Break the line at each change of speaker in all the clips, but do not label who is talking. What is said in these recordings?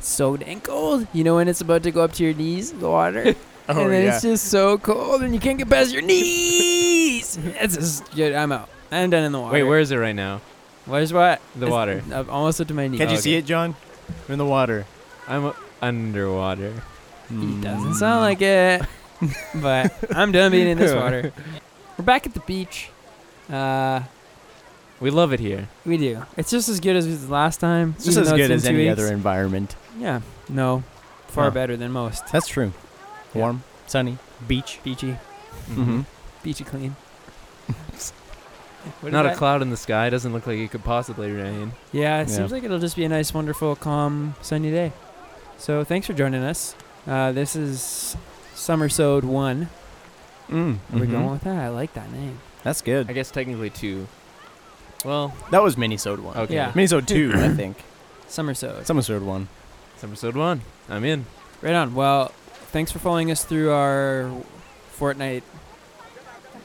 so dang cold, you know, when it's about to go up to your knees, the water.
Oh,
and then
yeah.
it's just so cold and you can't get past your knees. That's just, yeah, I'm out. I'm done in the water.
Wait, where is it right now?
Where's what?
The
It's-
water.
I'm almost up to my knees. Oh,
Can't you
Okay.
see it, John? We're in the water.
I'm uh, underwater.
It
Mm.
doesn't sound like it, but I'm done being in this water. We're back at the beach. Uh,
We love it here.
we do. It's just as good as the last time.
It's just
even
as
though
good
in
as
two
any
weeks.
other environment.
Yeah. No. Far
Huh.
better than most.
That's true. Warm, sunny, beach.
Beachy.
Mm-hmm.
Beachy clean. What is
Not a
that?
cloud in the sky. Doesn't look like it could possibly rain.
Yeah, it
Yeah.
seems like it'll just be a nice, wonderful, calm, sunny day. So thanks for joining us. Uh, this is Summer Sode 1.
Mm,
Are we
mhm.
going with that? I like that name.
That's good.
I guess technically two. Well,
That was Minnesota one.
okay.
Yeah.
Minnesota two, I think.
Summer Sode.
It's episode one.
It's episode one. I'm in.
Right on. Well, thanks for following us through our Fortnite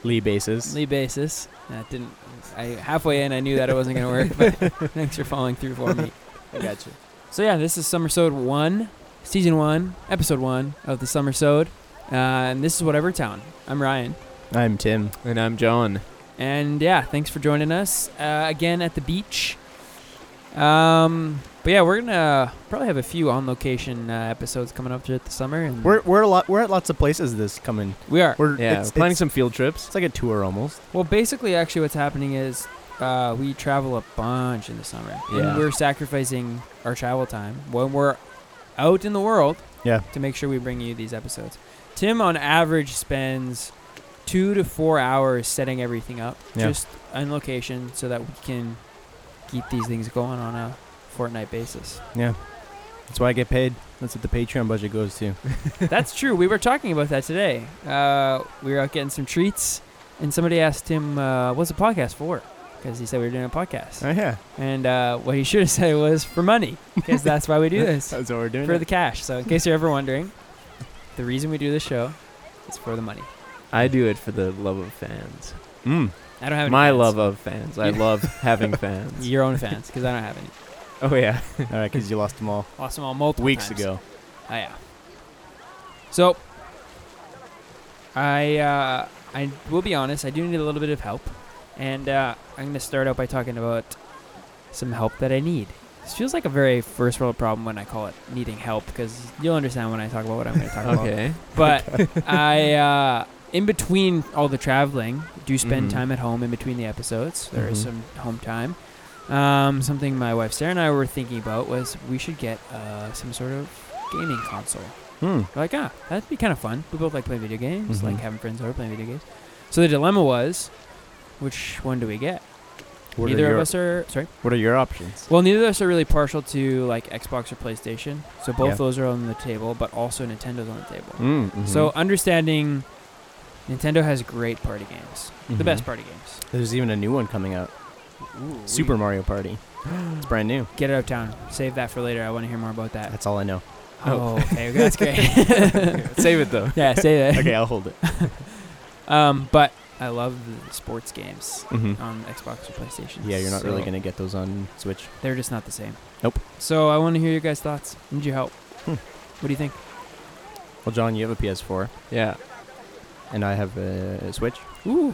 Lee bases.
Lee basis. That didn't. I halfway in, I knew that it wasn't gonna work. But thanks for following through for me.
I got you.
So yeah, this is Summersode one, season one, episode one of the Summersode, uh, and this is whatever town. I'm Ryan,
I'm Tim.
And I'm John.
and yeah, thanks for joining us uh, again at the beach. Um, but yeah, we're gonna probably have a few on location uh, episodes coming up throughout the summer, and
We're we're a lot. We're at lots of places this coming.
we are.
We're
Yeah,
it's,
we're planning
it's,
some field trips.
It's like a tour almost.
Well, basically, actually, what's happening is uh, we travel a bunch in the summer,
Yeah.
and we're sacrificing our travel time when we're out in the world.
Yeah.
To make sure we bring you these episodes, Tim on average spends two to four hours setting everything up,
Yeah.
just on location, so that we can keep these things going on a fortnight basis.
That's why I get paid. That's what the Patreon budget goes to.
That's true. We were talking about that today. Uh, we were out getting some treats, and somebody asked him, uh, "What's the podcast for?" Because he said we were doing a podcast.
Oh yeah,
And uh, what he should have said was for money, because that's why we do this
that's what we're doing.
for the cash. So, in case you're ever wondering, the reason we do this show is for the money.
I do it for the love of fans.
mm.
I don't have any
My
fans.
love of fans. I
Yeah.
love having fans.
your own fans, because I don't have any.
Oh yeah.
All right, because you lost them all
Lost them all multiple
weeks
times.
ago.
Oh yeah. So, I uh, I will be honest. I do need a little bit of help, and uh, I'm gonna start out by talking about some help that I need. This feels like a very first world problem when I call it needing help, because you'll understand when I talk about what I'm gonna talk about.
Okay.
but I, uh, in between all the traveling, do spend
Mm-hmm.
Mhm.
time at home in between the episodes. There is
Mhm.
some home time. Um, something my wife Sarah and I were thinking about was we should get uh, some sort of gaming console.
Hmm.
We're like, ah, that'd be kind of fun. We both like playing video games,
Mhm.
like having friends over playing video games. So the dilemma was, which one do we get?
What
neither
are your,
of us are sorry.
What are your options?
Well, neither of us are really partial to like Xbox or PlayStation. So both
Yeah.
those are on the table, but also Nintendo's on the table.
Mm, mhm.
So understanding Nintendo has great party games. The
Mhm.
best party games.
There's even a new one coming out. Super Mario Party. It's brand new.
Get it out of town. Save that for later. I want to hear more about that.
That's all I know.
Oh, okay. That's great.
Save it though.
yeah, save it.
okay, I'll hold it.
Um, but I love the sports games
Mm-hmm.
on Xbox or PlayStation.
Yeah, you're not really
so
gonna get those on Switch.
They're just not the same.
Nope.
So I want to hear your guys' thoughts. Need your help.
Hmm.
What do you think?
Well, John, you have a PS4,
Yeah.
and I have a Switch.
Ooh,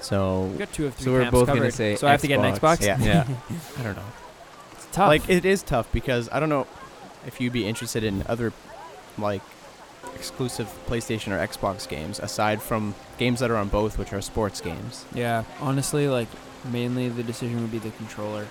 So
we got two of three.
So we're
camps
both gonna
covered.
say
So I have to get an
Xbox.
Xbox.
yeah,
Yeah.
I don't know.
It's tough.
Like it is tough because I don't know if you'd be interested in other like exclusive PlayStation or Xbox games aside from games that are on both, which are sports games.
yeah. Honestly, like mainly the decision would be the controller,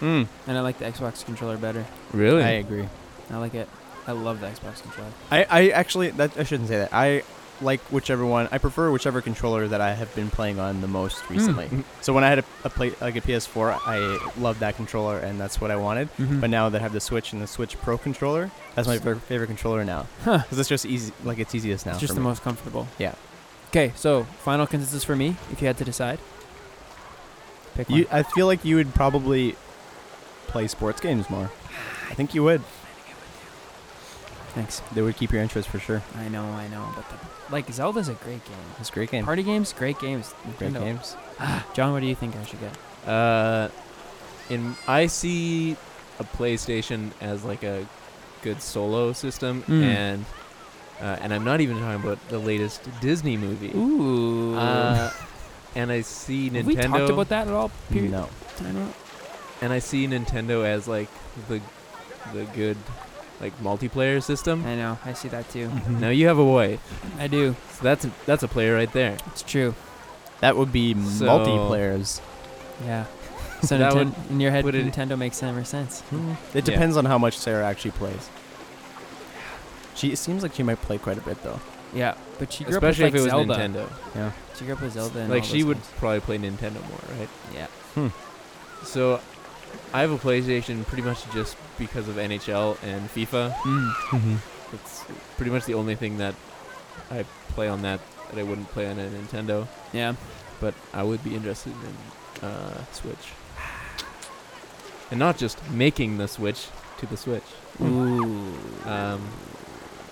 Mm,
and I like the Xbox controller better.
Really?
I agree.
I like it. I love the Xbox controller.
I, I actually that I shouldn't say that. I like whichever one. I prefer whichever controller that I have been playing on the
Hmm.
most recently.
Mm.
So when I had a, a play like a PS4, I loved that controller and that's what I wanted.
Mm-hmm.
But now that I have the Switch and the Switch Pro controller, that's my favorite, favorite controller now.
Huh.
Because it's just easy, like it's easiest now.
it's just the
for me.
most comfortable.
Yeah.
Okay, so final consensus for me, if you had to decide. Pick one.
You, I feel like you would probably play sports games more. I think you would.
Thanks.
They would keep your interest for sure.
I know, I know, but the, like Zelda's a great game.
It's a great game.
Party games, great games.
Great
Nintendo.
games.
John, what do you think I should get?
Uh, in I see a PlayStation as like a good solo system,
Mm.
and uh, and I'm not even talking about the latest Disney movie.
Ooh.
Uh, and I see Nintendo.
Have we talked about that at all? Period.
No.
Time out?
And I see Nintendo as like the the good like multiplayer system.
I know. I see that too.
Now you have a wife,
I do.
so that's a, that's a player right there.
It's true.
That would be
So-
multiplayers.
Yeah. So
That
Ninten- in your head,
would it-
Nintendo makes more sense.
It
Yeah.
depends on how much Sarah actually plays. She it seems like she might play quite a bit though.
Yeah, but she grew
Especially
up
if it
with
was
like, Zelda.
Nintendo.
She grew up with Zelda. And
Like
all
she
those
would
games.
probably play Nintendo more, right?
Yeah.
So I have a PlayStation pretty much just because of NHL and FIFA.
Hmm.
Mm-hmm. It's pretty much the only thing that I play on that that I wouldn't play on a Nintendo.
Yeah.
But I would be interested in uh, Switch, and not just making the Switch to the Switch.
Ooh.
Um,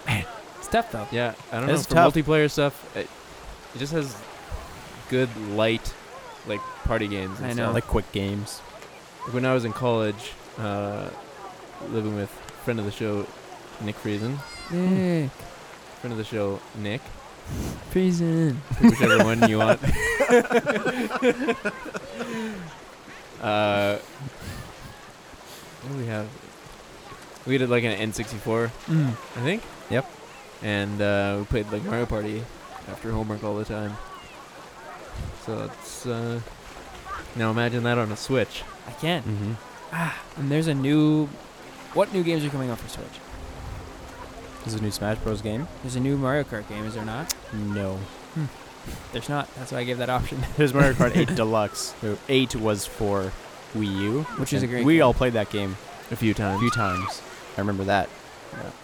it's tough though.
yeah, I don't
That's
know for
tough.
multiplayer stuff. It, it just has good light, like party games. And
I
stuff.
know.
Like quick games.
when I was in college, uh, living with friend of the show, Nick Friesen.
Nick,
Friend of the show, Nick.
prison.
Whichever one you want. uh, what do we have? We did like an N64,
Mm.
I think.
Yep.
And uh, we played like Mario Party after homework all the time. So it's uh, now imagine that on a Switch.
I can.
Mm-hmm.
And there's a new. What new games are coming out for Switch?
This is a new Smash Bros. game?
There's a new Mario Kart game, is there not?
No.
There's not. That's why I gave that option.
There's Mario Kart 8 Deluxe. The 8 was for Wii U.
Which is
and
a great
We
game.
all played that game
A few
a
times.
few times. I remember that.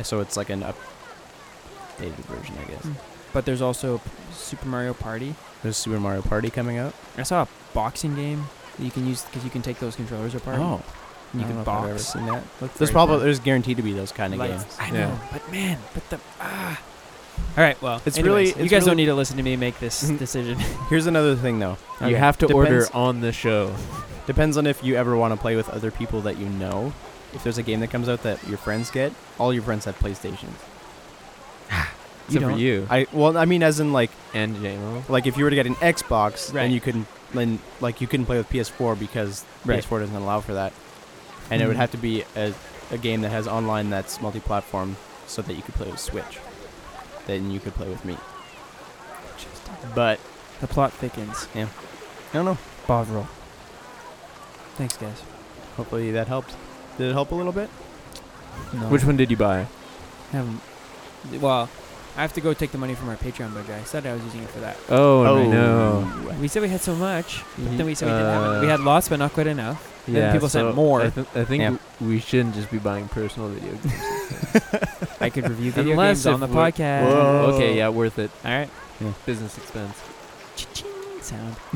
So it's like an updated version, I guess.
Mm. But there's also Super Mario Party.
There's Super Mario Party coming out.
I saw a boxing game that you can use because you can take those controllers apart.
Oh.
and
Oh, I
you
don't
can
know if I've ever
box.
seen that.
Looks
There's
very
probably
fun.
there's guaranteed to be those kind of
Like,
games.
I know,
Yeah.
but man, but the ah. All right, well, it's
It's really-
really
it's
you guys
really-
don't need to listen to me make this
Mhm.
decision.
Here's another thing though.
You
Okay.
have to order
Depends-
on the show.
Depends on if you ever want to play with other people that you know. If there's a game that comes out that your friends get, all your friends have PlayStations.
You
Except for
don't.
you
I well, I mean, as in like
and JMO.
like if you were to get an Xbox
Right.
and you couldn't then like you couldn't play with PS4 because
Right.
PS4 doesn't allow for that, and it would
Hmm.
have to be a, a game that has online that's multi-platform so that you could play with Switch. Then you could play with me. But
the plot thickens.
I don't know.
Bovril. Thanks, guys.
Hopefully that helped. Did it help a little bit?
No.
Which one did you buy?
Haven't- well, I have to go take the money from our Patreon budget. I said I was using it for that.
Oh, no.
Oh.
We said we had so much, but then we said we didn't have
Uh,
it. We had lots, but not quite enough.
Yeah,
then people sent
so
more.
I, th- I think
Yeah.
w- we shouldn't just be buying personal video games.
I could review video
Unless
games on
if
the
we're-
podcast.
Whoa.
Okay, yeah, worth it.
All right.
Business expense.
Ching sound.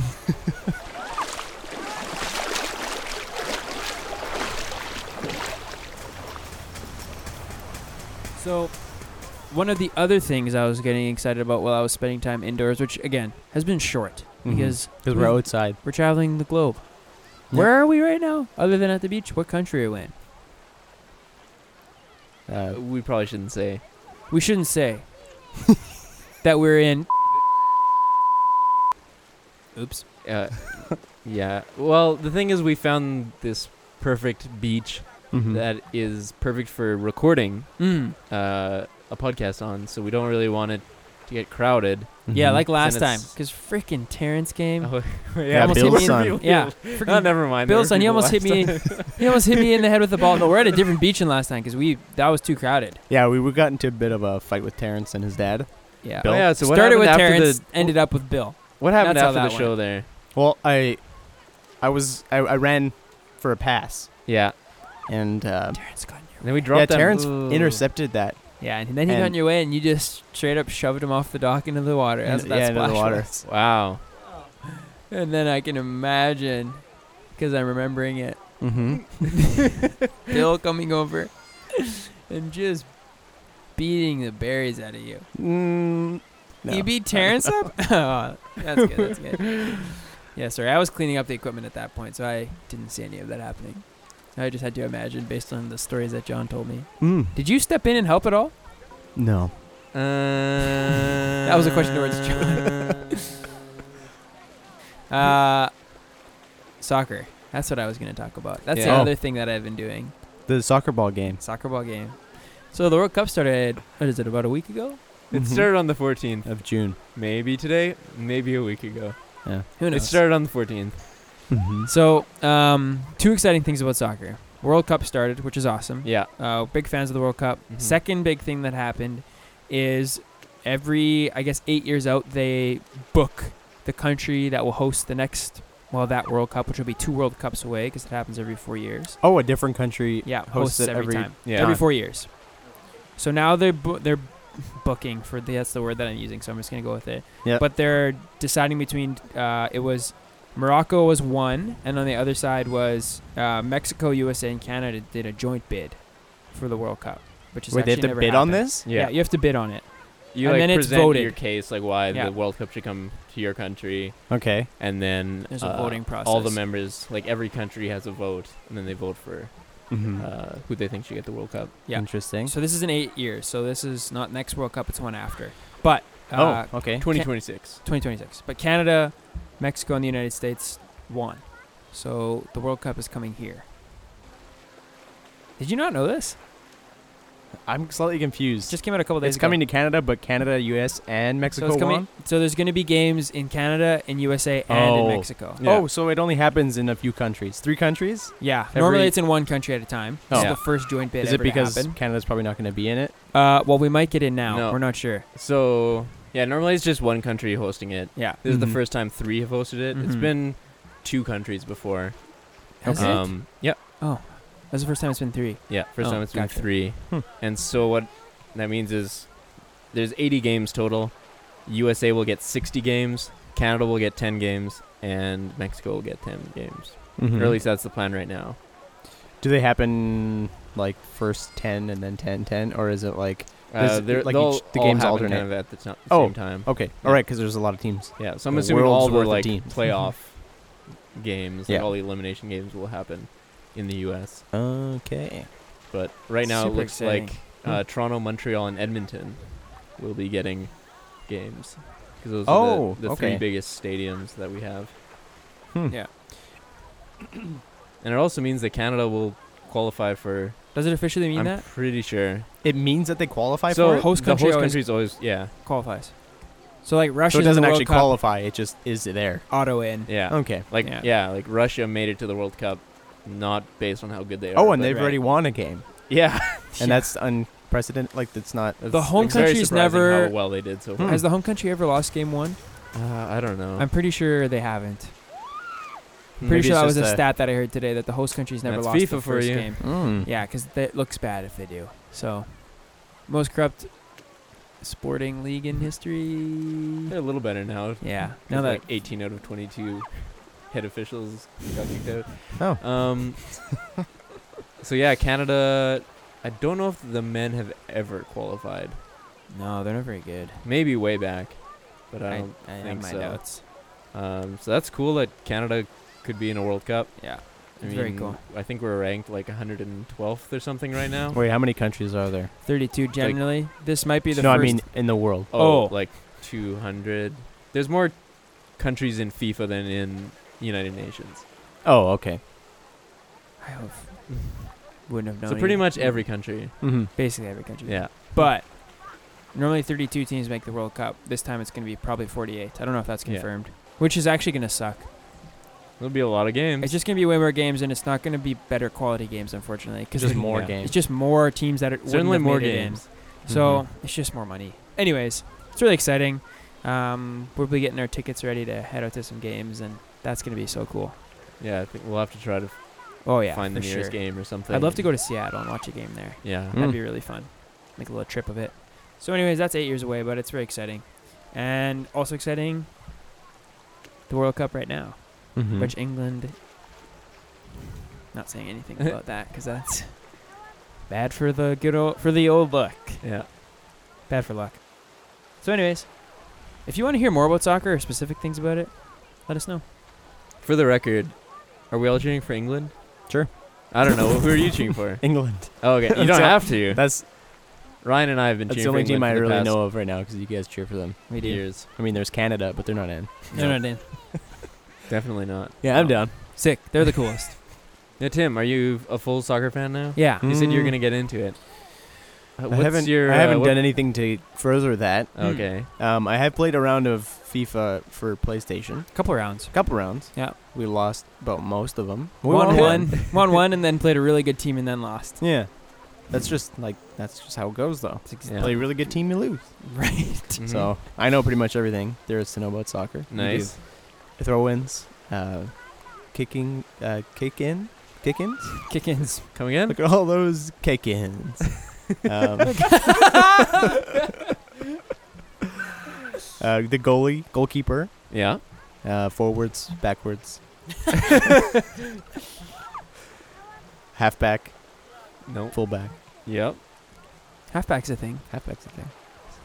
so, one of the other things I was getting excited about while I was spending time indoors, which again has been short
Mm-hmm.
Mhm.
because
Because
we-
we're outside.
we're traveling the globe.
Yeah.
Where are we right now? Other than at the beach, what country are we in?
Uh,
We probably shouldn't say.
We shouldn't say that we're in. Oops.
Uh, yeah. Well, the thing is, we found this perfect beach
Mm-hmm. Hmm.
that is perfect for recording
Mm.
uh, a podcast on, so we don't really want it to get crowded.
Mm-hmm.
Yeah, like last
Mm-hmm. Then
time,
it's-
because freaking Terrence came.
Oh,
He almost hit
Bill's
me in-
son.
Yeah,
Oh,
freaking
never mind. there
Bill's son.
were
He
people
almost hit
last
me.
time.
he almost hit me in the head with the ball. No, we're at a different beach than last time because we that was too crowded.
yeah, we, we got into a bit of a fight with Terrence and his dad.
Yeah.
Bill?
Oh, yeah, so what
Started
happened
with
after
Terrence,
the
ended up with Bill.
what happened
That's how
after the
that
show there?
Well, I, I was I, I ran for a pass
Yeah,
and uh,
Terrence got in your
and then we dropped.
yeah,
that-
Terrence
Ooh.
intercepted that.
Yeah, and then he got in
And-
your way, and you just straight up shoved him off the dock into the water. That's,
in-
that's
yeah, into the water.
Wow.
And then I can imagine, because I'm remembering it,
Mm-hmm.
Bill coming over and just beating the berries out of you.
Mm, no.
You beat Terrence up? oh, that's good. That's good. Yeah, sorry. I was cleaning up the equipment at that point, so I didn't see any of that happening. I just had to imagine based on the stories that John told me.
Mm.
Did you step in and help at all?
No.
Uh,
That was a question towards John. Uh, soccer. That's what I was going to talk about. That's the
Yeah. Oh.
other thing that I've been doing.
The soccer ball game.
Soccer ball game. So the World Cup started. What is it? About a week ago?
it
Mhm.
started on the 14th.
of June.
Maybe today, maybe a week ago.
Who
It
knows?
started on the 14th.
Mm-hmm.
so um, two exciting things about soccer. World Cup started, which is awesome.
Yeah.
Uh, big fans of the World Cup.
Mm-hmm.
Mhm.
Second big thing that happened is every, I guess, eight years out, they book the country that will host the next, well, that World Cup, which will be two World Cups away because it happens every four years.
Oh, a different country.
Yeah, hosts,
Hosts it
every,
every-
time.
Yeah.
Every four years. So now they're bu- they're booking for the, that's the word that I'm using, so I'm just gonna go with it.
Yeah.
But they're deciding between uh, it was Morocco was one, and on the other side was uh, Mexico, USA, and Canada did a joint bid for the World Cup, which is
Wait, they have
actually
to
never
bid on
happened.
this?
Yeah. you have to bid on it.
You
And
like
then it's
present
voted.
your case, like why
Yeah.
the World Cup should come to your country,
Okay.
and then
There's a
uh,
voting process.
All the members, like every country, has a vote, and then they vote for
Mm-hmm.
uh, who they think should get the World Cup.
yeah.
Interesting.
So this is in eight years. So this is not next World Cup; it's one after. But uh,
oh, okay.
2026.
2026. But Canada, Mexico, and the United States won. So the World Cup is coming here. Did you not know this?
I'm slightly
It
confused.
just came out a couple days
it's
ago.
coming to Canada, but Canada, U.S., and Mexico
so it's coming.
won?
So there's going to be games in Canada, in USA, and in
Oh.
Mexico.
Yeah.
Oh, so it only happens in a few countries. Three countries?
Yeah.
Every-
Normally it's in one country at a time. This
Oh.
is
Yeah.
the first joint bid
Is it
ever
because
to happen.
Canada's probably not going to be in it?
Uh, well, we might get in now.
No.
We're not sure.
So yeah, normally it's just one country hosting it.
Yeah.
This is the
Mhm.
first time three have hosted it. It's
Mm-hmm.
Mhm.
been two countries before.
Has
Okay.
it?
Um, yep.
That's the first time it's been three.
Yeah, first
Oh,
time it's been
gotcha.
three.
Hmm.
And so what that means is there's 80 games total. USA will get 60 games, Canada will get 10 games, and Mexico will get 10 games.
Hmm.
Or at least that's the plan right now.
Do they happen like first 10 and then 10, 10? Or is it like.
Uh,
Does-
they're,
like
like they'll
each- the
the all
games
happen
alternate.
kind of at the t-
Oh.
same time.
Okay.
Yeah.
All right, because there's a lot of teams.
Yeah, so I'm
The
assuming all
world's
the
worth of
like
teams.
playoff games, like
Yeah.
all the elimination games, will happen in the U.S.
Okay.
But right now
Super
it looks
exciting.
like uh,
Hmm.
Toronto, Montreal, and Edmonton will be getting games because those
Oh,
are the, the
okay.
three biggest stadiums that we have.
Hmm.
Yeah.
and it also means that Canada will qualify for.
Does it officially mean
I'm
that?
pretty sure.
It means that they qualify for
so
it?
Host
the
country
host
always-
country's always yeah
Qualifies. So like Russia
So it doesn't
the World
actually
Cup,
qualify, it just is there.
auto in.
yeah
Okay.
like
Oh, Yeah.
yeah. like Russia made it to the World Cup, not based on how good they are.
Oh, and
but-
they've already won a game.
yeah.
And that's unprecedented. Like, that's not.
The home
it's very
country's
surprising
never-
how well they did so
Hmm. Oh.
far.
Has the home country ever lost game one?
Uh, I don't know.
I'm pretty sure they haven't.
Hmm.
Pretty
Maybe
sure
it's
that was a
just a-
stat that I heard today that the host country's never
That's
lost the
FIFA for
first
you.
game.
Hmm.
Mm.
Yeah, because it looks bad if they do. So, most corrupt sporting league in history.
They're a little better now.
Yeah.
Now
Now that
like 18 out of 22 head officials got kicked
Oh.
out. Um, so yeah, Canada. I don't know if the men have ever qualified.
no, they're not very good.
Maybe way back, but I
I,
don't.
I have
think
my
so.
notes.
Um, so that's cool that Canada could be in a World Cup.
Yeah,
I
it's
mean,
very cool.
I think we're ranked like 112th or something right now.
Wait, how many countries are there?
Thirty-two generally. this might be the
no,
first.
I mean in the world.
Oh.
like 200. There's more countries in FIFA than in United Nations.
Oh, okay.
I hope wouldn't have known.
so pretty
either.
much every country.
Mm-hmm.
basically every country.
Yeah.
But normally 32 teams make the World Cup. This time it's going to be probably 48. I don't know if that's
Yeah.
confirmed, which is actually going to suck.
There'll be a lot of games.
It's just going to be way more games, and it's not going to be better quality games, unfortunately. Cause
Just
they're-
more
yeah.
games.
It's just more teams that are
Certainly more games. Mm-hmm.
So it's just more money. Anyways, it's really exciting. Um, we'll be getting our tickets ready to head out to some games, and that's going to be so cool.
Yeah, I think we'll have to try to
Oh yeah,
find the
for
nearest
sure.
game Hmm. or something.
I'd love to go to Seattle and watch a game there.
Yeah.
Mm.
That'd be really fun. Make a little trip of it. So, anyways, that's eight years away, but it's very exciting, and also exciting. The World Cup right now,
Mm-hmm.
Mhm.
which England. Not saying anything about that because that's bad for the good old for the old luck.
Yeah.
Bad for luck. So, anyways, if you want to hear more about soccer or specific things about it, let us know.
For the record, are we all cheering for England?
Sure.
I don't know. Who are you cheering for?
England.
Oh, okay. You
That's
don't
the-
have to.
That's
Ryan and I have been
that's
cheering
the only
for
team
England
I
for the
really
past
know of right now because you guys cheer for them.
We do.
Years.
I mean, there's Canada, but they're not in.
No, no, Dan.
Definitely not.
Yeah, I'm
No.
down.
Sick. They're the coolest.
Now, Tim, are you a full soccer fan now?
Yeah.
You said you were
Mm.
gonna get into it. Uh,
I
what's
haven't,
your?
I
uh,
haven't
what-
done anything to further that.
Okay.
Um, I have played a round of FIFA for PlayStation,
Couple rounds.
a couple rounds.
Yeah.
we lost about most of them.
Won one, won one, and then played a really good team and then lost.
Yeah, that's just like that's just how it goes though.
Yeah.
Play a really good team, you lose.
Right.
Mhm.
So I know pretty much everything there is to know about soccer. You do
nice.
throw-ins, uh, kicking, uh, kick in, kick-ins.
Kick-ins.
Come again?
Look at all those kick-ins. um, uh, the goalie, goalkeeper,
Yeah.
uh, forwards, backwards, halfback,
No.
fullback.
Yep.
Halfback's a thing.
Halfback's the thing.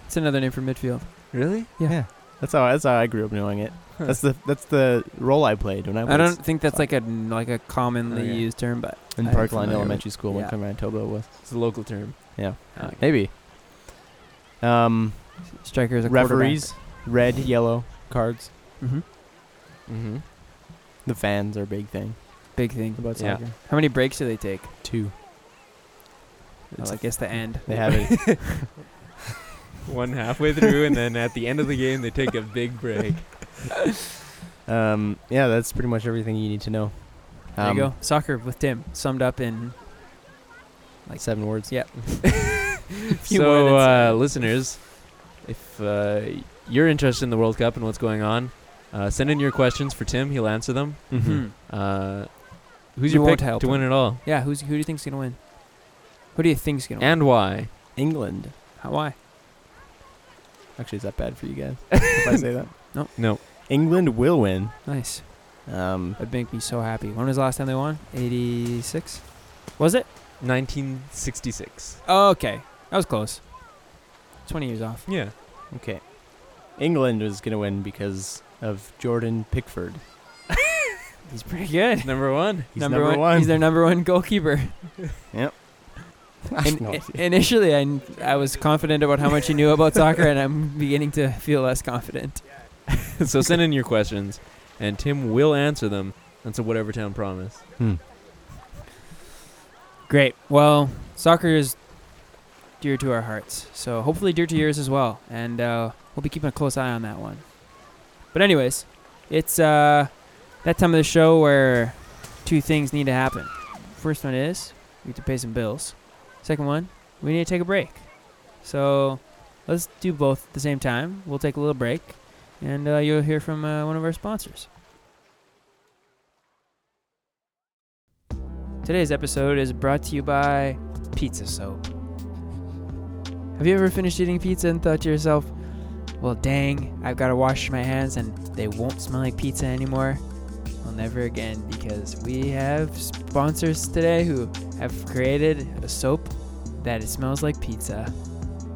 It's another name for midfield.
Really?
Yeah.
That's how that's how I grew up knowing it. That's the that's the role I played when I was
I don't think that's like a like a commonly
Okay.
used term, but
in
I'm
Parkland
familiar
Elementary School when
yeah.
Manitoba was.
It's a local term.
Yeah.
Okay.
Maybe. Um,
with strikers a
referees, red, yellow cards.
hmm
Mm-hmm.
The fans are a big thing
Big thing.
about
Yeah.
soccer.
How many breaks do they take?
Two.
Well, I guess the end.
They have it.
One halfway through, and then at the end of the game, they take a big break.
Um, yeah, that's pretty much everything you need to know.
There
Um,
you go. Soccer with Tim summed up in
Like seven words.
yeah. Few
so,
words.
uh, listeners, if uh, you're interested in the World Cup and what's going on, uh, send in your questions for Tim. He'll answer them.
Mm-hmm.
Hmm.
Uh, who's
We
your
won't
pick
help
to win it all,
Yeah. Who's who do you think's gonna win? Who do you think's gonna win?
and why?
England.
How, why?
Actually, is that bad for you guys? if I say that.
No.
England will win.
Nice.
Um,
That'd make me so happy. When was the last time they won? Eighty six. Was it?
1966.
Okay. That was close. Twenty years off.
Yeah.
okay. England is gonna win because of Jordan Pickford.
He's pretty good.
Number one.
He's number, one.
He's their number one goalkeeper.
I
In,
know.
i- initially, I, kn- I was confident about how much he knew about soccer, and I'm beginning to feel less confident.
so send in your questions, and Tim will answer them. That's a whatever town promise.
Great. Well, soccer is dear to our hearts, so hopefully dear to yours as well, and uh, we'll be keeping a close eye on that one. But anyways, it's uh, that time of the show where two things need to happen. First one is we need to pay some bills. Second one, we need to take a break. So let's do both at the same time. We'll take a little break, and uh, you'll hear from uh, one of our sponsors. Today's episode is brought to you by Pizza Soap. Have you ever finished eating pizza and thought to yourself, well, dang, I've got to wash my hands and they won't smell like pizza anymore? Well, never again, because we have sponsors today who have created a soap that it smells like pizza.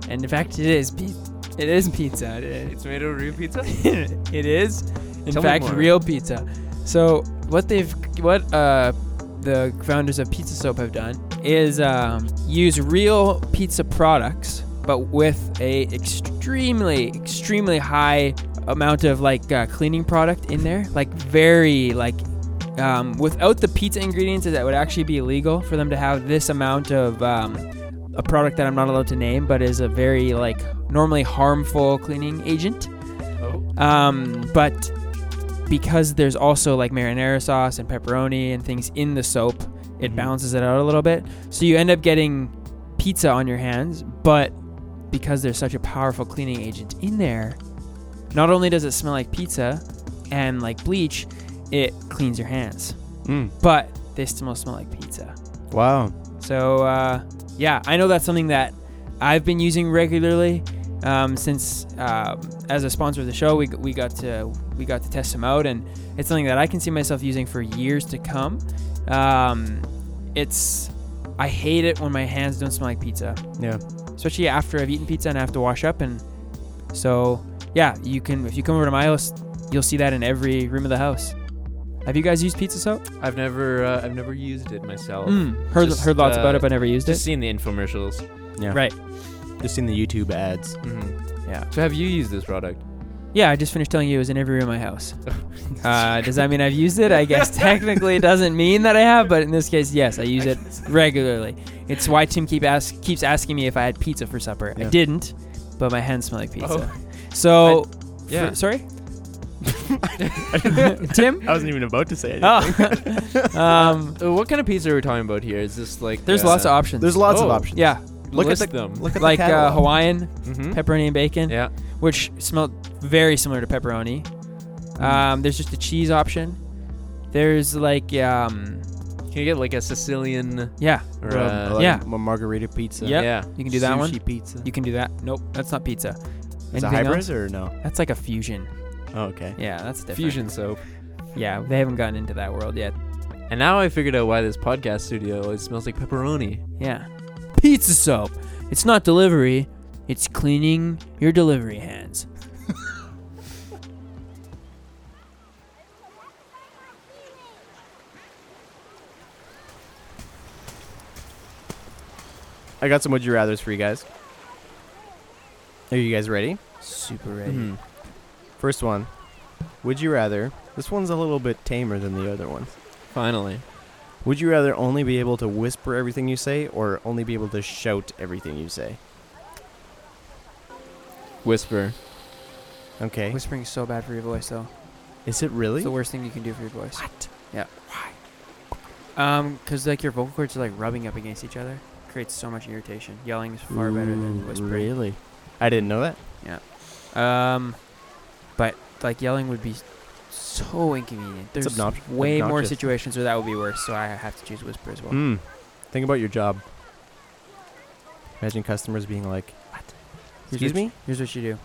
And in fact, it is pizza. It is pizza. It-
made of real pizza.
it is in
Tell me
fact
more.
real pizza so what they've what uh the founders of pizza soap have done is um, use real pizza products but with a extremely extremely high amount of like uh, cleaning product in there like very like um, without the pizza ingredients that would actually be illegal for them to have this amount of um, a product that i'm not allowed to name but is a very like normally harmful cleaning agent
Oh.
um, but because there's also like marinara sauce and pepperoni and things in the soap, it
Mhm.
balances it out a little bit. So you end up getting pizza on your hands, but because there's such a powerful cleaning agent in there, not only does it smell like pizza and like bleach, it cleans your hands.
Mm.
But they still smell like pizza.
Wow.
So uh, yeah, I know that's something that I've been using regularly um, since um as a sponsor of the show. We, we got to we got to test them out, and it's something that I can see myself using for years to come. Um, it's I hate it when my hands don't smell like pizza,
Yeah.
especially after I've eaten pizza and I have to wash up. And so yeah, you can if you come over to my house, you'll see that in every room of the house. Have you guys used Pizza Hut?
I've never uh, I've never used it myself.
Mm. Heard
Hmm. Just,
heard lots
uh,
about it, but never used
Just
it.
seen the infomercials.
Yeah.
Right.
Just seen the YouTube ads.
Mhm.
Yeah.
So have you used this product?
Yeah, I just finished telling you it was in every room in my house. Uh, does that mean I've used it? I guess technically it doesn't mean that I have, but in this case, yes, I use it regularly. It's why Tim keep ask, keeps asking me if I had pizza for supper. I
Yeah.
didn't, but my hands smell like pizza.
Oh.
So,
yeah.
for- sorry? Tim?
I wasn't even about to say it.
Oh. um,
Uh, what kind of pizza are we talking about here? Is this like
there's
uh,
lots of options.
There's lots
Oh.
of options.
yeah,
Look
list
at the,
them.
Look at
like
the
uh,
catalog. Hmm?
Hawaiian,
Mhm.
pepperoni and bacon.
Yeah.
which smelled very similar to pepperoni.
Hmm.
Um, there's just a cheese option. There's like um,
Can you get like a Sicilian
yeah,
or
Um,
uh,
like
yeah.
a margarita pizza.
Yep.
yeah?
you can do that
Sushi
one.
pizza.
You can do that. Nope, that's not pizza.
Is it
Anything
hybrid
else?
or no?
That's like a fusion.
Oh, okay.
Yeah, that's different.
Fusion soap.
Yeah, they haven't gotten into that world yet.
And now I figured out why this podcast studio always smells like pepperoni.
Yeah, pizza soap. It's not delivery. It's cleaning your delivery hands.
I got some would you rather's for you guys. Are you guys ready?
Super ready.
First one. Would you rather? This one's a little bit tamer than the other ones.
Finally.
Would you rather only be able to whisper everything you say or only be able to shout everything you say?
Whisper.
Okay.
Whispering's so bad for your voice, though.
Is it really?
It's the worst thing you can do for your voice. What? Yeah. Why? Um, because like your vocal cords are like rubbing up against each other, creates so much irritation. Yelling is far better than
Ooh,
whispering.
Really? I didn't know that.
Um, but like yelling would be so inconvenient. There's
obnox-
way more
obnoxious.
situations where that would be worse, so I have to choose whisper as well.
Hmm. Think about your job. Imagine customers being like,
Here's
Excuse
what you-
me?
Here's what you do: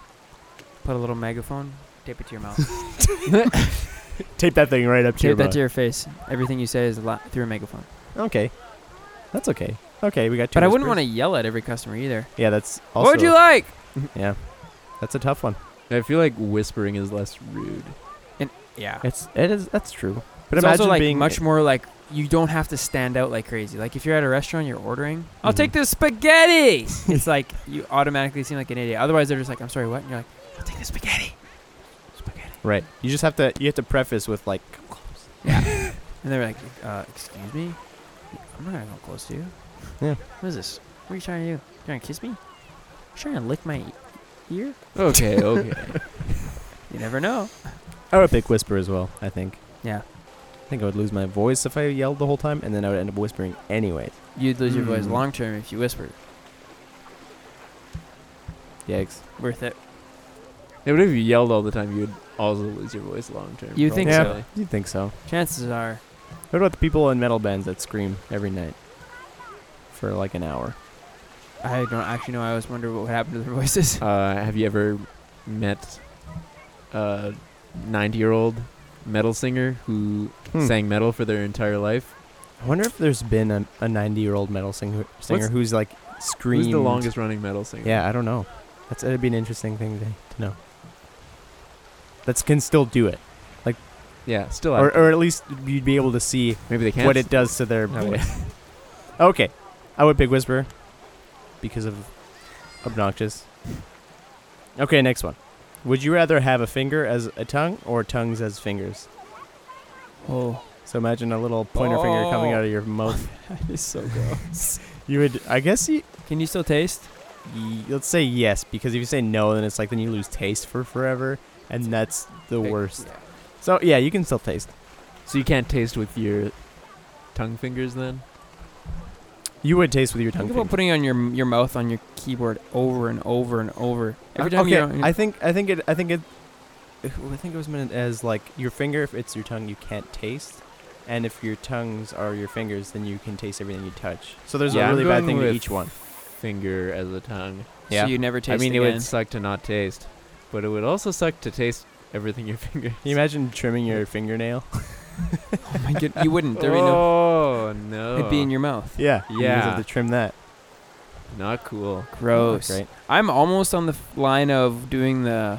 put a little megaphone, tape it to your mouth,
"Tape that thing right up to
tape
your
that to your face. Everything you say is a lot through a megaphone.
mouth." Okay, that's okay. Okay, we got two.
but I wouldn't want
to.
to yell at every customer either.
Yeah, that's also.
what would you like?
Yeah, that's a tough one.
I feel like whispering is less rude.
Yeah.
It's it is that's true. But
it's
imagine
also like
being
much more like you don't have to stand out like crazy. Like if you're at a restaurant, you're ordering. I'll
Mhm.
take the spaghetti. it's like you automatically seem like an idiot. Otherwise, they're just like, "I'm sorry, what?" And you're like, "I'll take the spaghetti." Spaghetti.
right. You just have to you have to preface with like,
And they're like, uh, "Excuse me, I'm not gonna go close to you."
Yeah.
What is this? What are you trying to do? You trying to kiss me? You trying to lick my e- ear?
Okay, okay.
You never know.
I would pick whisper as well. I think.
Yeah.
I think I would lose my voice if I yelled the whole time, and then I would end up whispering anyway.
You'd lose your voice
Hmm.
long term if you whispered.
Yikes.
Worth it.
Yeah, but if you yelled all the time, you would also lose your voice long term.
You'd think
Yeah.
so.
You think so?
Chances are,
What about the people in metal bands that scream every night for like an hour?
I don't actually know. I always wonder what would happen to their voices.
Uh, have you ever met a 90 year old metal singer who
Hmm.
sang metal for their entire life?
I wonder if there's been a, a 90 year old metal singer, singer
What's-
who's like screamed.
Who's the longest running metal singer?
Yeah, I don't know. That's it'd be an interesting thing to, to know. That can still do it,
Yeah, still
or,
out.
or at least you'd be able to see
Maybe they can't.
what it does to their
Oh,
No,
voice. okay, I would pick Whisper because of obnoxious. Okay, next one. Would you rather have a finger as a tongue or tongues as fingers?
Oh,
So imagine a little pointer finger coming
Oh.
out of your mouth.
that is so gross.
You would, I guess, you,
Can you still taste?
Ye- let's say yes because if you say no then it's like then you lose taste for forever and that's the
Hey,
worst
yeah.
so yeah you can still taste
So you can't taste with your tongue fingers then?
you would taste with your tongue
Think about
finger.
putting on your your mouth on your keyboard over and over and over. Every
Uh,
time
okay
you're on,
i think i think it i think it i think it was meant as like your finger if it's your tongue you can't taste and if your tongues are your fingers then you can taste everything you touch so there's
Yeah,
a
I'm
really bad
going
thing to
with
each one
Finger as a tongue.
so you never taste.
I mean, it
again.
would suck to not taste, but it would also suck to taste everything your fingers.
can you imagine trimming your fingernail
Oh my god, you wouldn't. There'd be no.
oh no!
It'd be in your mouth.
yeah you just
Yeah.
have to trim that
not cool.
Gross.
right
I'm almost on the f- line of doing the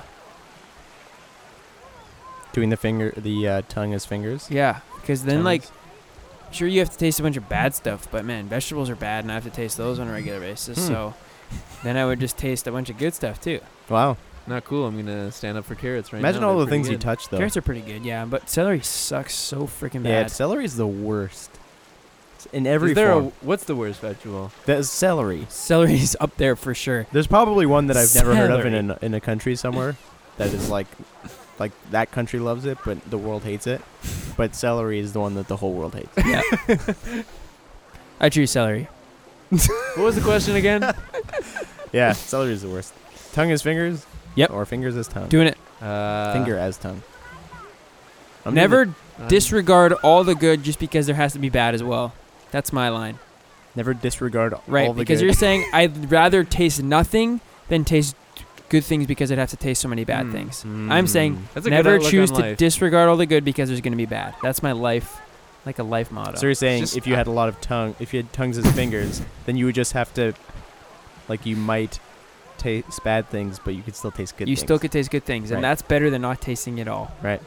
doing the finger, the uh, tongue as fingers.
Yeah, because then like,
Tongues.
sure you have to taste a bunch of bad stuff, but man, vegetables are bad, and I have to taste those on a regular basis.
Hmm.
So then I would just taste a bunch of good stuff too.
Wow.
Not cool. I'm gonna stand up for carrots right
Imagine
now.
all
They're
the
pretty
things you
good.
touch though.
Carrots are pretty good, yeah, but celery sucks so freaking
yeah,
bad.
celery's the worst. It's in every
Is there a,
form.
what's the worst vegetable?
That's celery.
Celery's up there for sure.
There's probably one that I've never heard of in
Celery.
a, in a country somewhere that is like, like that country loves it, but the world hates it. But celery is the one that the whole world hates.
I choose celery.
What was the question again? uh,
yeah, celery is the worst. Tongue as fingers.
Yep.
Or fingers as tongue.
Doing it.
Uh,
Finger as tongue. I'm doing
Never
it-
um,
disregard all the good just because there has to be bad as well. That's my line.
never disregard
Right,
all the
because
good.
you're saying I'd rather taste nothing than taste good things because I'd have to taste so many bad
Mm.
things. I'm saying
That's a good
Never
outlook on
choose to
life.
disregard all the good because there's going to be bad. That's my life, like a life motto.
So you're saying
just-
if you had a lot of tongue, if you had tongues as fingers, then you would just have to, like, you might taste bad things, but you could still taste good.
you
things.
still could taste good things, and
Right.
that's better than not tasting at all.
I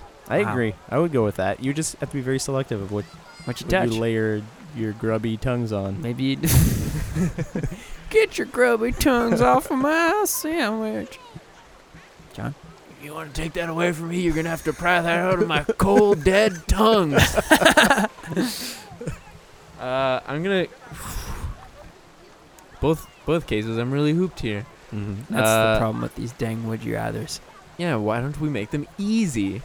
Wow.
agree. I would go with that. You just have to be very selective of what,
What you
what you
touch,
layer your grubby tongues on.
maybe. you'd- Get your grubby tongues off of my sandwich.
If you want to take that away from me, you're gonna have to pry that out of my cold, dead tongue. uh, I'm gonna. Both both cases, I'm really hooped here.
Mm-hmm.
That's
Uh,
the problem with these dang would you rather's.
Yeah, why don't we make them easy?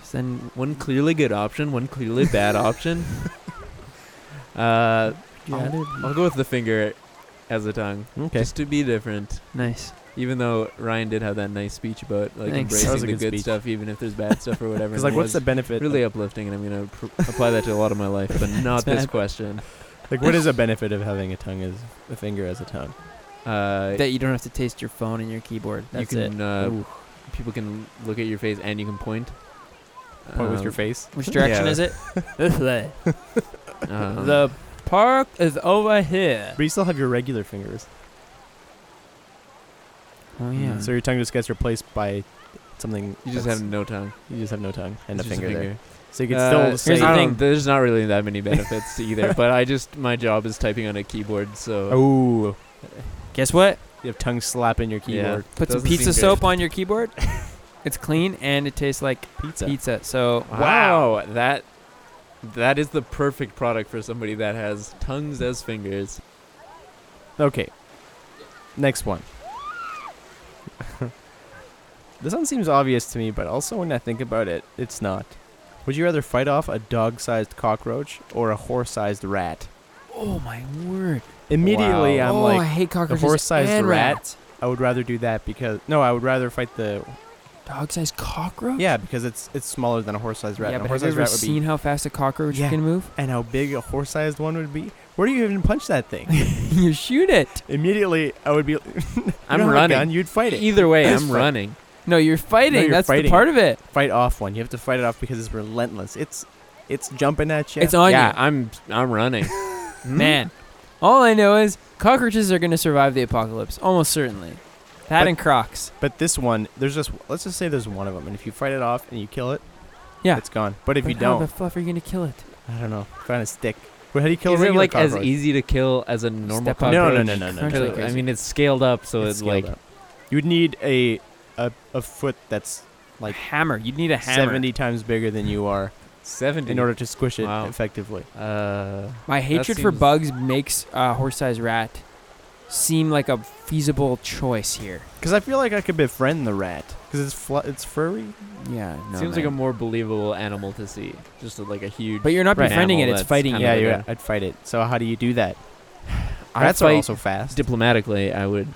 'Cause then
One clearly good option, one clearly bad option. Uh,
you
I'll-
rather be-
I'll go with the finger as a tongue,
Okay.
just to be different.
nice.
Even though Ryan did have that nice speech about like
Thanks.
That was
embracing
a
the
good
good
speech.
stuff, even if there's bad stuff or whatever.
Because
and
like,
it
what's
was
the benefit?
really uplifting, and I'm gonna pr- apply that to a lot of my life, but not this
bad.
question.
like, what is a benefit of having a tongue as a finger as a tongue?
Uh,
That you don't have to taste your phone and your keyboard.
you
That's it.
can uh,
Ooh.
people can look at your face and you can point.
Point
um,
with your face.
Which direction
yeah.
is it? This way.
Um,
the park is over here.
But you still have your regular fingers.
Oh
yeah.
So your tongue just gets replaced by something.
you just
that's-
have no tongue
you just have no tongue and a
It's just
finger, there. So you could
Uh,
still say
Here's the
I don't-
thing.
There's not really that many benefits to either, but I just my job is typing on a keyboard, so
Oh,
Guess what?
you have tongue slap in your keyboard.
Put some
Doesn't seem
pizza
good.
soap on your keyboard. it's clean and it tastes like
Pizza.
pizza. So
wow, that that is the perfect product for somebody that has tongues as fingers.
Okay. Next one. this one seems obvious to me, but also when I think about it, it's not. Would you rather fight off a dog-sized cockroach or a horse-sized rat?
Oh my word.
Immediately,
Wow.
I'm
oh, I
like,
hate cockroaches.
horse-sized
and
rat.
rats.
I would rather do that because no, I would rather fight the
Dog sized cockroach?
yeah because it's it's smaller than a horse-sized rat.
Yeah,
and a
but have you
horse-sized
ever
rat would
seen
be
how fast a cockroach
Yeah.
can move?
and how big a horse-sized one would be. Where do you even punch that thing?
you shoot it.
Immediately, I would be. you don't have
I'm
a
running.
gun, you'd fight it.
Either way,
Just
I'm
fight.
running.
No, you're fighting.
you're
That's the
fighting
part of it.
fight off one. You have to fight it off because it's relentless. It's it's jumping at you.
It's on
yeah,
you.
I'm I'm running.
Hmm?
Man. All I know is cockroaches are going to survive the apocalypse. Almost certainly. That
But-
and crocs.
but this one, there's just let's just say there's one of them, and if you fight it off and you kill it,
Yeah.
it's gone. But if
But
you
how
don't,
the fluff are you going to kill it?
I don't know. Find a stick. Well, how do you kill
Is
a
it
regular
like as
cockroach?
easy to kill as a normal
Step on it.
cockroach?
No, no, no, no, no.
Crunch
no.
like
I
crazy.
mean, it's scaled up, so it's,
scaled
like
up. you would need a a, a foot that's
Like
Like
hammer. You'd need a hammer.
seventy times bigger than you are
seventy.
in order to squish it
Wow.
effectively.
uh,
My hatred for
seems-
bugs makes uh, horse-sized rat seem like a feasible choice here.
Because I feel like I could befriend the rat because it's fl- it's furry.
Yeah, no,
seems like a more believable animal to see. Just like a huge.
But you're not
Right.
befriending it;
Animal
it's
that's
fighting
kind
you.
Yeah,
of like
you're,
a-
right. I'd fight it. So how do you do that?
I
Rats are
fight
also fast.
diplomatically, I would.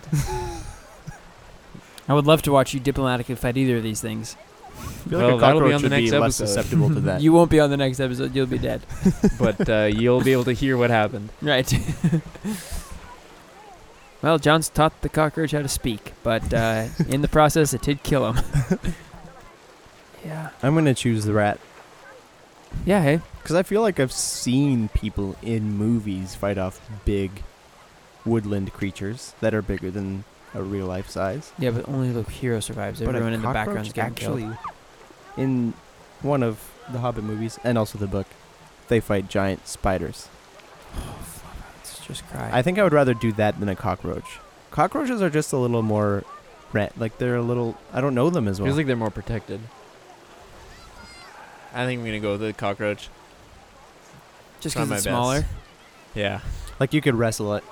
I would love to watch you diplomatically fight either of these things.
I feel like
Well,
a
that'll be
cockroach
on the
would be
next
less
episode.
susceptible to that.
You won't be on the next episode; you'll be dead.
but uh, you'll be able to hear what happened.
right. well, John's taught the cockroach how to speak, but uh, in the process, it did kill him. yeah.
I'm gonna choose the rat
Yeah. Hey.
because I feel like I've seen people in movies fight off big woodland creatures that are bigger than a real life size.
Yeah, but only the hero survives.
But a
Everyone in the
cockroach
background's getting killed.
actually in one of the Hobbit movies and also the book, they fight giant spiders.
Let's just cry.
I think I would rather do that than a cockroach. Cockroaches are just a little more, ra- like they're a little. I don't know them as well.
Feels like they're more protected. I think I'm gonna go with the cockroach.
just
try
because
my
it's smaller.
best. Yeah.
Like you could wrestle it.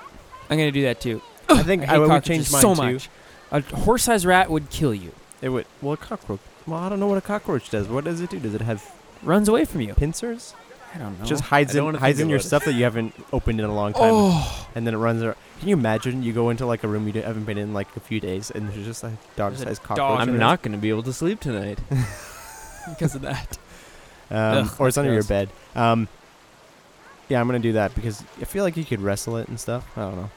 I'm gonna do that too.
I think I,
hate
would
cockroaches
change mine
so
too.
much. A horse-sized rat would kill you.
It would. Well, a cockroach. Well, I don't know what a cockroach does. What does it do? Does it have
Runs away from you.
pincers?
I don't know.
Just hides
I don't
in
wanna
hides
think
in your
about it.
stuff that you haven't opened in a long time,
oh,
and then it runs. Around. Can you imagine? You go into like a room you d- haven't been in in, like a few days, and there's just a
There's
dog-sized
a
cockroach.
dog
in
I'm
there.
not gonna be able to sleep tonight.
because of that.
um,
Ugh,
or it's under your
gross.
bed. Um, yeah, I'm gonna do that because I feel like you could wrestle it and stuff. I don't know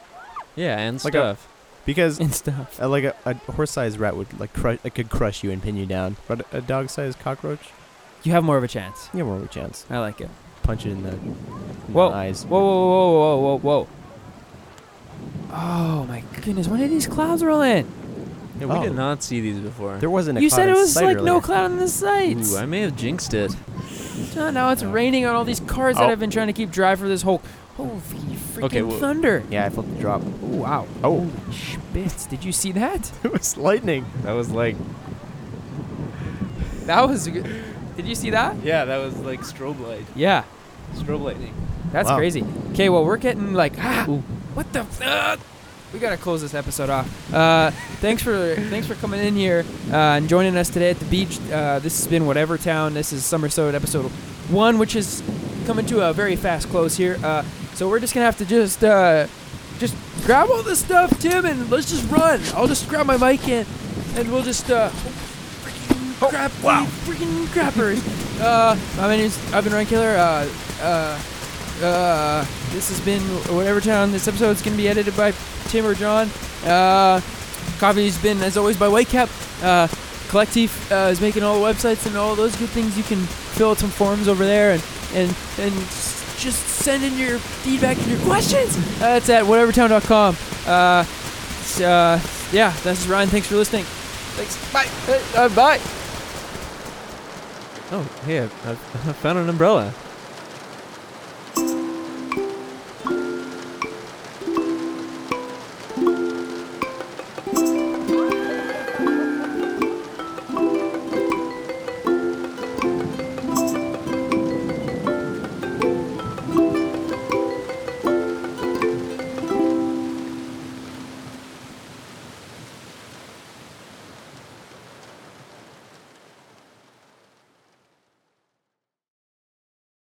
Yeah, and
Like a-
stuff.
because
and stuff.
uh, like a, a horse-sized rat would like crush, it could crush you and pin you down, but a dog-sized cockroach,
You have more of a chance.
you have more of a chance.
I like it.
Punch it in the, in
Whoa.
the eyes.
Whoa, whoa, whoa, whoa, whoa, whoa. Oh my goodness! When did these clouds roll in?
Yeah, we
Oh.
did not see these before.
There wasn't a
you
cloud
said it
in
was
sight
like no
earlier.
cloud in the sights.
Ooh, I may have jinxed it.
Oh, now it's
Yeah.
raining on all these cars that
Oh.
I've been trying to keep dry for this whole holy freaking
Okay, well-
thunder.
Yeah, I felt the drop.
Oh, wow.
Oh.
Holy Spitz, did you see that?
it was lightning.
That was like
That was. a good- Did you see that?
yeah, that was like strobe light.
Yeah,
Strobe lightning.
that's
Wow.
crazy. Okay, well, we're getting like, ah, what the? F- ah." we gotta close this episode off. Uh, thanks for thanks for coming in here uh, and joining us today at the beach. Uh, this has been whatever town. This is Summersode episode one, which is coming to a very fast close here. Uh, so we're just gonna have to just uh, just grab all this stuff, Tim, and let's just run. I'll just grab my mic and and we'll just uh, freaking grab wow. freaking grabbers. uh, my name is I've been Ryan Killer. Uh, uh, uh, this has been whatever town. This episode's gonna be edited by Tim or John. Uh, coffee's been as always by Whitecap. Uh, Collective uh, is making all the websites and all those good things. You can fill out some forms over there and and and s- just send in your feedback and your questions. Uh, it's at whatevertown.com. Uh, s- uh, yeah, this is Ryan. Thanks for listening. Thanks. Bye. Uh, uh, bye.
Oh, hey, I, I I found an umbrella.